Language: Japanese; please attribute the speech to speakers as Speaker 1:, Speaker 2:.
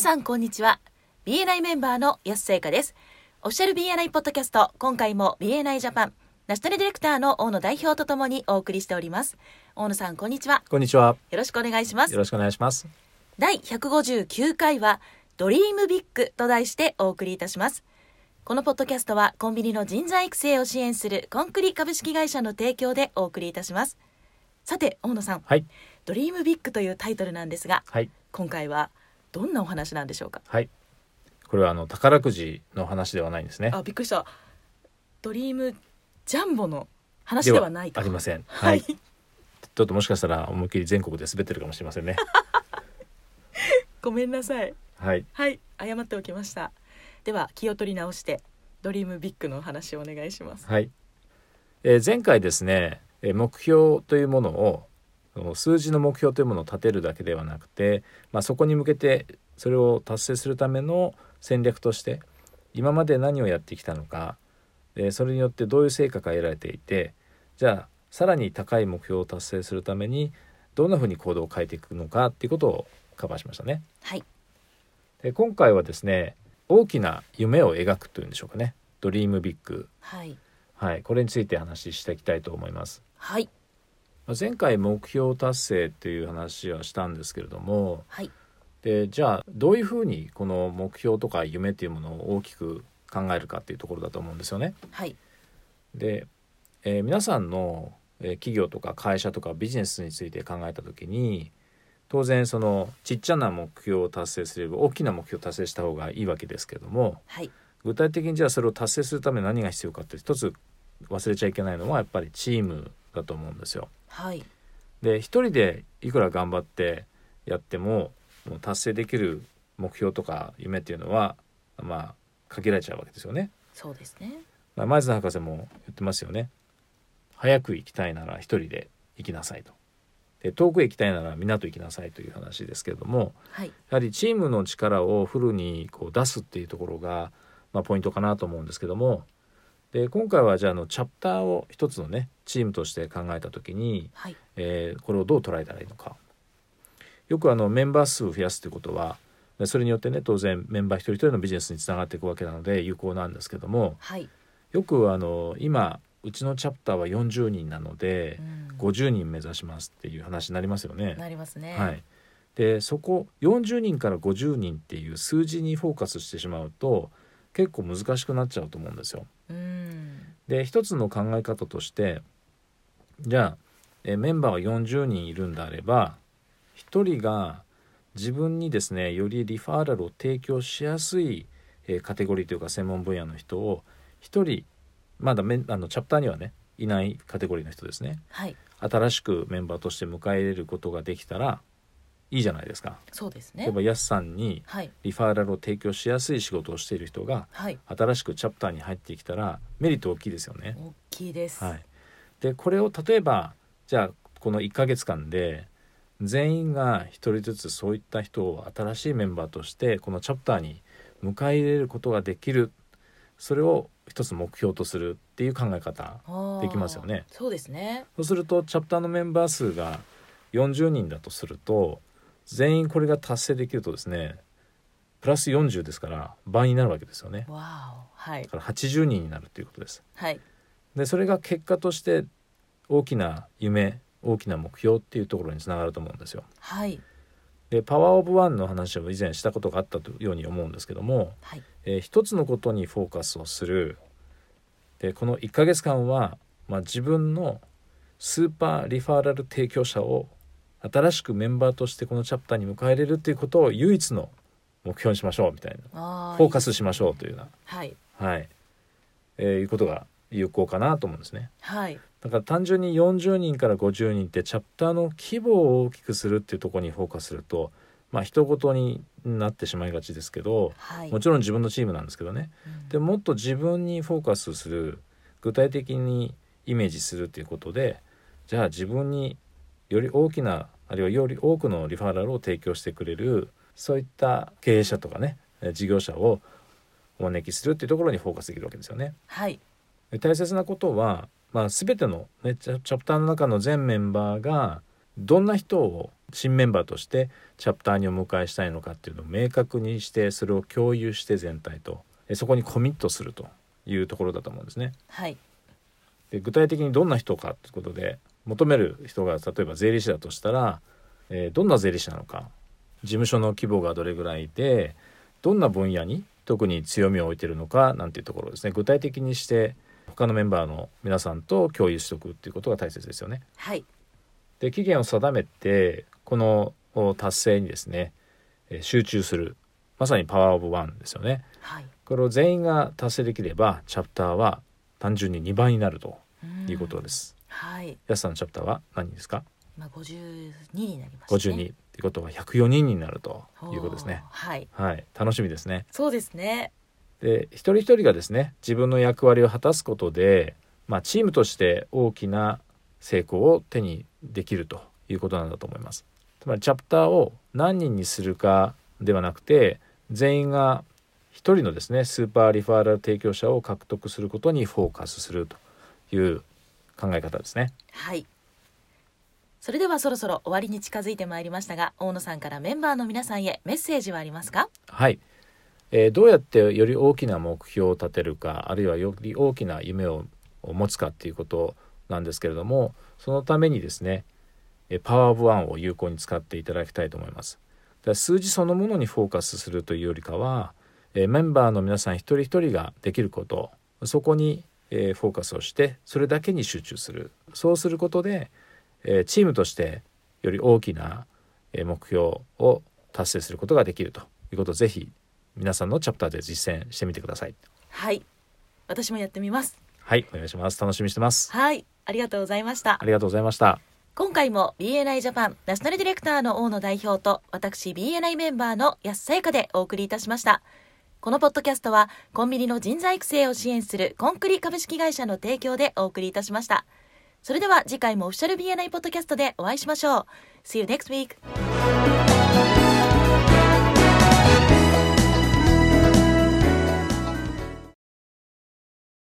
Speaker 1: さんこんにちは BNI メンバーの安聖華ですオフィシャル BNI ポッドキャスト今回も BNI ジャパンナショナルディレクターの大野代表とともにお送りしております大野さんこんにちは
Speaker 2: こんにちは。
Speaker 1: よろしくお願いします
Speaker 2: よろしくお願いします。
Speaker 1: 第159回は「ドリームビッグ」と題してお送りいたしますこのポッドキャストはコンビニの人材育成を支援するコンクリ株式会社の提供でお送りいたしますさて大野さん
Speaker 2: はい。
Speaker 1: 「ドリームビッグ」というタイトルなんですが
Speaker 2: はい。
Speaker 1: 今回はどんなお話なんでしょうか
Speaker 2: はい。これはあの宝くじの話ではないんですね。
Speaker 1: あびっくりしたドリームジャンボの話
Speaker 2: で
Speaker 1: ではないと
Speaker 2: ありません。
Speaker 1: は
Speaker 2: はいい。ちょっともしかしたら思いっきり全国で滑ってるかもしれませんね。
Speaker 1: ごめんなさい
Speaker 2: はい。
Speaker 1: はい謝っておきましたでは気を取り直してドリームビッグのお話をお願いします
Speaker 2: はい。えー前回ですね、えー目標というものをその数字の目標というものを立てるだけではなくて、まあ、そこに向けてそれを達成するための戦略として今まで何をやってきたのかでそれによってどういう成果が得られていてじゃあさらに高い目標を達成するためにどんなふうに行動を変えていくのかっていうことをカバーしましたね。
Speaker 1: はい
Speaker 2: で今回はですね大きな夢を描くというんでしょうかねドリームビッグ
Speaker 1: はい
Speaker 2: はい、これについて話していきたいと思います。
Speaker 1: はい
Speaker 2: まあ前回目標達成という話はしたんですけれども
Speaker 1: はい
Speaker 2: でじゃあどういうふうにこの目標とか夢というものを大きく考えるかっていうところだと思うんですよね。
Speaker 1: はい
Speaker 2: で、えー皆さんのえー企業とか会社とかビジネスについて考えた時に当然そのちっちゃな目標を達成すれば大きな目標を達成した方がいいわけですけれども
Speaker 1: はい
Speaker 2: 具体的にじゃあそれを達成するために何が必要かって一つ忘れちゃいけないのはやっぱりチームだと思うんですよ。
Speaker 1: はい
Speaker 2: で一人でいくら頑張ってやってももう達成できる目標とか夢っていうのはまあ限られちゃうわけですよね。
Speaker 1: そうですね
Speaker 2: まあ前津博士も言ってますよね。早く行きたいなら一人で行きなさいと。で遠くへ行きたいなら港行きなさいという話ですけれども
Speaker 1: はい
Speaker 2: やはりチームの力をフルにこう出すっていうところが、まあ、ポイントかなと思うんですけどもで今回はじゃああのチャプターを一つのねチームとして考えた時に、
Speaker 1: はい
Speaker 2: えーこれをどう捉えたらいいのかよくあのメンバー数を増やすということはでそれによってね当然メンバー一人一人のビジネスにつながっていくわけなので有効なんですけども
Speaker 1: はい
Speaker 2: よくあの今うちのチャプターは40人なので
Speaker 1: うん
Speaker 2: 50人目指しますっていう話になりますよね。
Speaker 1: なりますね
Speaker 2: はい、でそこ40人から50人っていう数字にフォーカスしてしまうと結構難しくなっちゃうと思うんですよ。
Speaker 1: うん
Speaker 2: で一つの考え方としてじゃあえメンバーが40人いるんであれば1人が自分にですねよりリファーラルを提供しやすいえーカテゴリーというか専門分野の人を1人まだめあのチャプターにはねいないカテゴリーの人ですね
Speaker 1: はい
Speaker 2: 新しくメンバーとして迎え入れることができたらいいじゃないですか。
Speaker 1: そうです
Speaker 2: 例え
Speaker 1: ね
Speaker 2: ばヤスさんに
Speaker 1: はい
Speaker 2: リファーラルを提供しやすい仕事をしている人が
Speaker 1: はい
Speaker 2: 新しくチャプターに入ってきたらメリット大きいですよね。
Speaker 1: 大きいです
Speaker 2: はい、でこれを例えばじゃあこの1ヶ月間で全員が1人ずつそういった人を新しいメンバーとしてこのチャプターに迎え入れることができるそれを一つ目標とするっていう考え方
Speaker 1: あー
Speaker 2: できますよね
Speaker 1: そうですね
Speaker 2: そうするとチャプターのメンバー数が40人だとすると全員これが達成できるとですねプラス40ですから倍になるわけですよね
Speaker 1: わおはい
Speaker 2: だから80人になるということです
Speaker 1: はい
Speaker 2: でそれが結果として大きな夢大きな目標っていうところにつながると思うんですよ
Speaker 1: はい
Speaker 2: でパワーオブワンの話を以前したことがあったというように思うんですけども、
Speaker 1: はい
Speaker 2: えー一つのことにフォーカスをするでこの1ヶ月間は、まあ、自分のスーパーリファーラル提供者を新しくメンバーとしてこのチャプターに迎え入れるっていうことを唯一の目標にしましょうみたいな
Speaker 1: あー
Speaker 2: フォーカスしましょうというよう
Speaker 1: はい
Speaker 2: な、はいえーいうことが有効かなと思うんですね。
Speaker 1: はい
Speaker 2: だから単純に40人から50人ってチャプターの規模を大きくするっていうところにフォーカスするとまあ人事になってしまいがちですけど
Speaker 1: はい
Speaker 2: もちろん自分のチームなんですけどね
Speaker 1: うん
Speaker 2: でもっと自分にフォーカスする具体的にイメージするっていうことでじゃあ自分により大きなあるいはより多くのリファーラルを提供してくれるそういった経営者とかねえ事業者をお招きするっていうところにフォーカスできるわけですよね。
Speaker 1: はい
Speaker 2: で大切なことは、まあ、全ての、ね、チャチャプターの中の全メンバーがどんな人を新メンバーとしてチャプターにお迎えしたいのかっていうのを明確にしてそれを共有して全体とえそこにコミットするというところだと思うんですね。
Speaker 1: はい
Speaker 2: で具体的にどんな人かということで求める人が例えば税理士だとしたら、えーどんな税理士なのか事務所の規模がどれぐらいでどんな分野に特に強みを置いてるのかなんていうところですね具体的にして他のメンバーの皆さんと共有しておくっていうことが大切ですよね。
Speaker 1: はい
Speaker 2: で期限を定めてこのお達成にですねえー集中するまさにパワーオブワンですよね。
Speaker 1: はい
Speaker 2: これを全員が達成できればチャプターは単純に2倍になるということ
Speaker 1: ん
Speaker 2: です。
Speaker 1: はい
Speaker 2: やすさんのチャプターは何人ですか
Speaker 1: 今52になりました、ね、
Speaker 2: 52ということは104人になるということですね
Speaker 1: おー。はい
Speaker 2: はい、楽しみですね。
Speaker 1: そうですね
Speaker 2: で一人一人がですね自分の役割を果たすことで、まあ、チームとして大きな成功を手にできるということなんだと思います。つまりチャプターを何人にするかではなくて全員が一人のですねスーパーリファーラル提供者を獲得することにフォーカスするという考え方ですね。
Speaker 1: はいそれではそろそろ終わりに近づいてまいりましたが大野さんからメンバーの皆さんへメッセージはありますか
Speaker 2: はい、えーどうやってより大きな目標を立てるかあるいはより大きな夢をを持つかっていうことなんですけれどもそのためにですねえーパワーオブワンを有効に使っていただきたいと思います。だから数字そのものにフォーカスするというよりかは、えーメンバーの皆さん一人一人ができることそこに、えーフォーカスをしてそれだけに集中するそうすることで、えーチームとしてより大きなえー目標を達成することができるということをぜひ皆さんのチャプターで実践してみてください。
Speaker 1: はい私もやってみます
Speaker 2: はい、お願いします。楽しみにしてます。
Speaker 1: はいありがとうございました
Speaker 2: ありがとうございました。
Speaker 1: 今回も BNI ジャパンナショナルディレクターの大野代表と私 BNI メンバーの安さやかでお送りいたしましたこのポッドキャストはコンビニの人材育成を支援するコンクリ株式会社の提供でお送りいたしましたそれでは次回もオフィシャル BNI ポッドキャストでお会いしましょう See you next week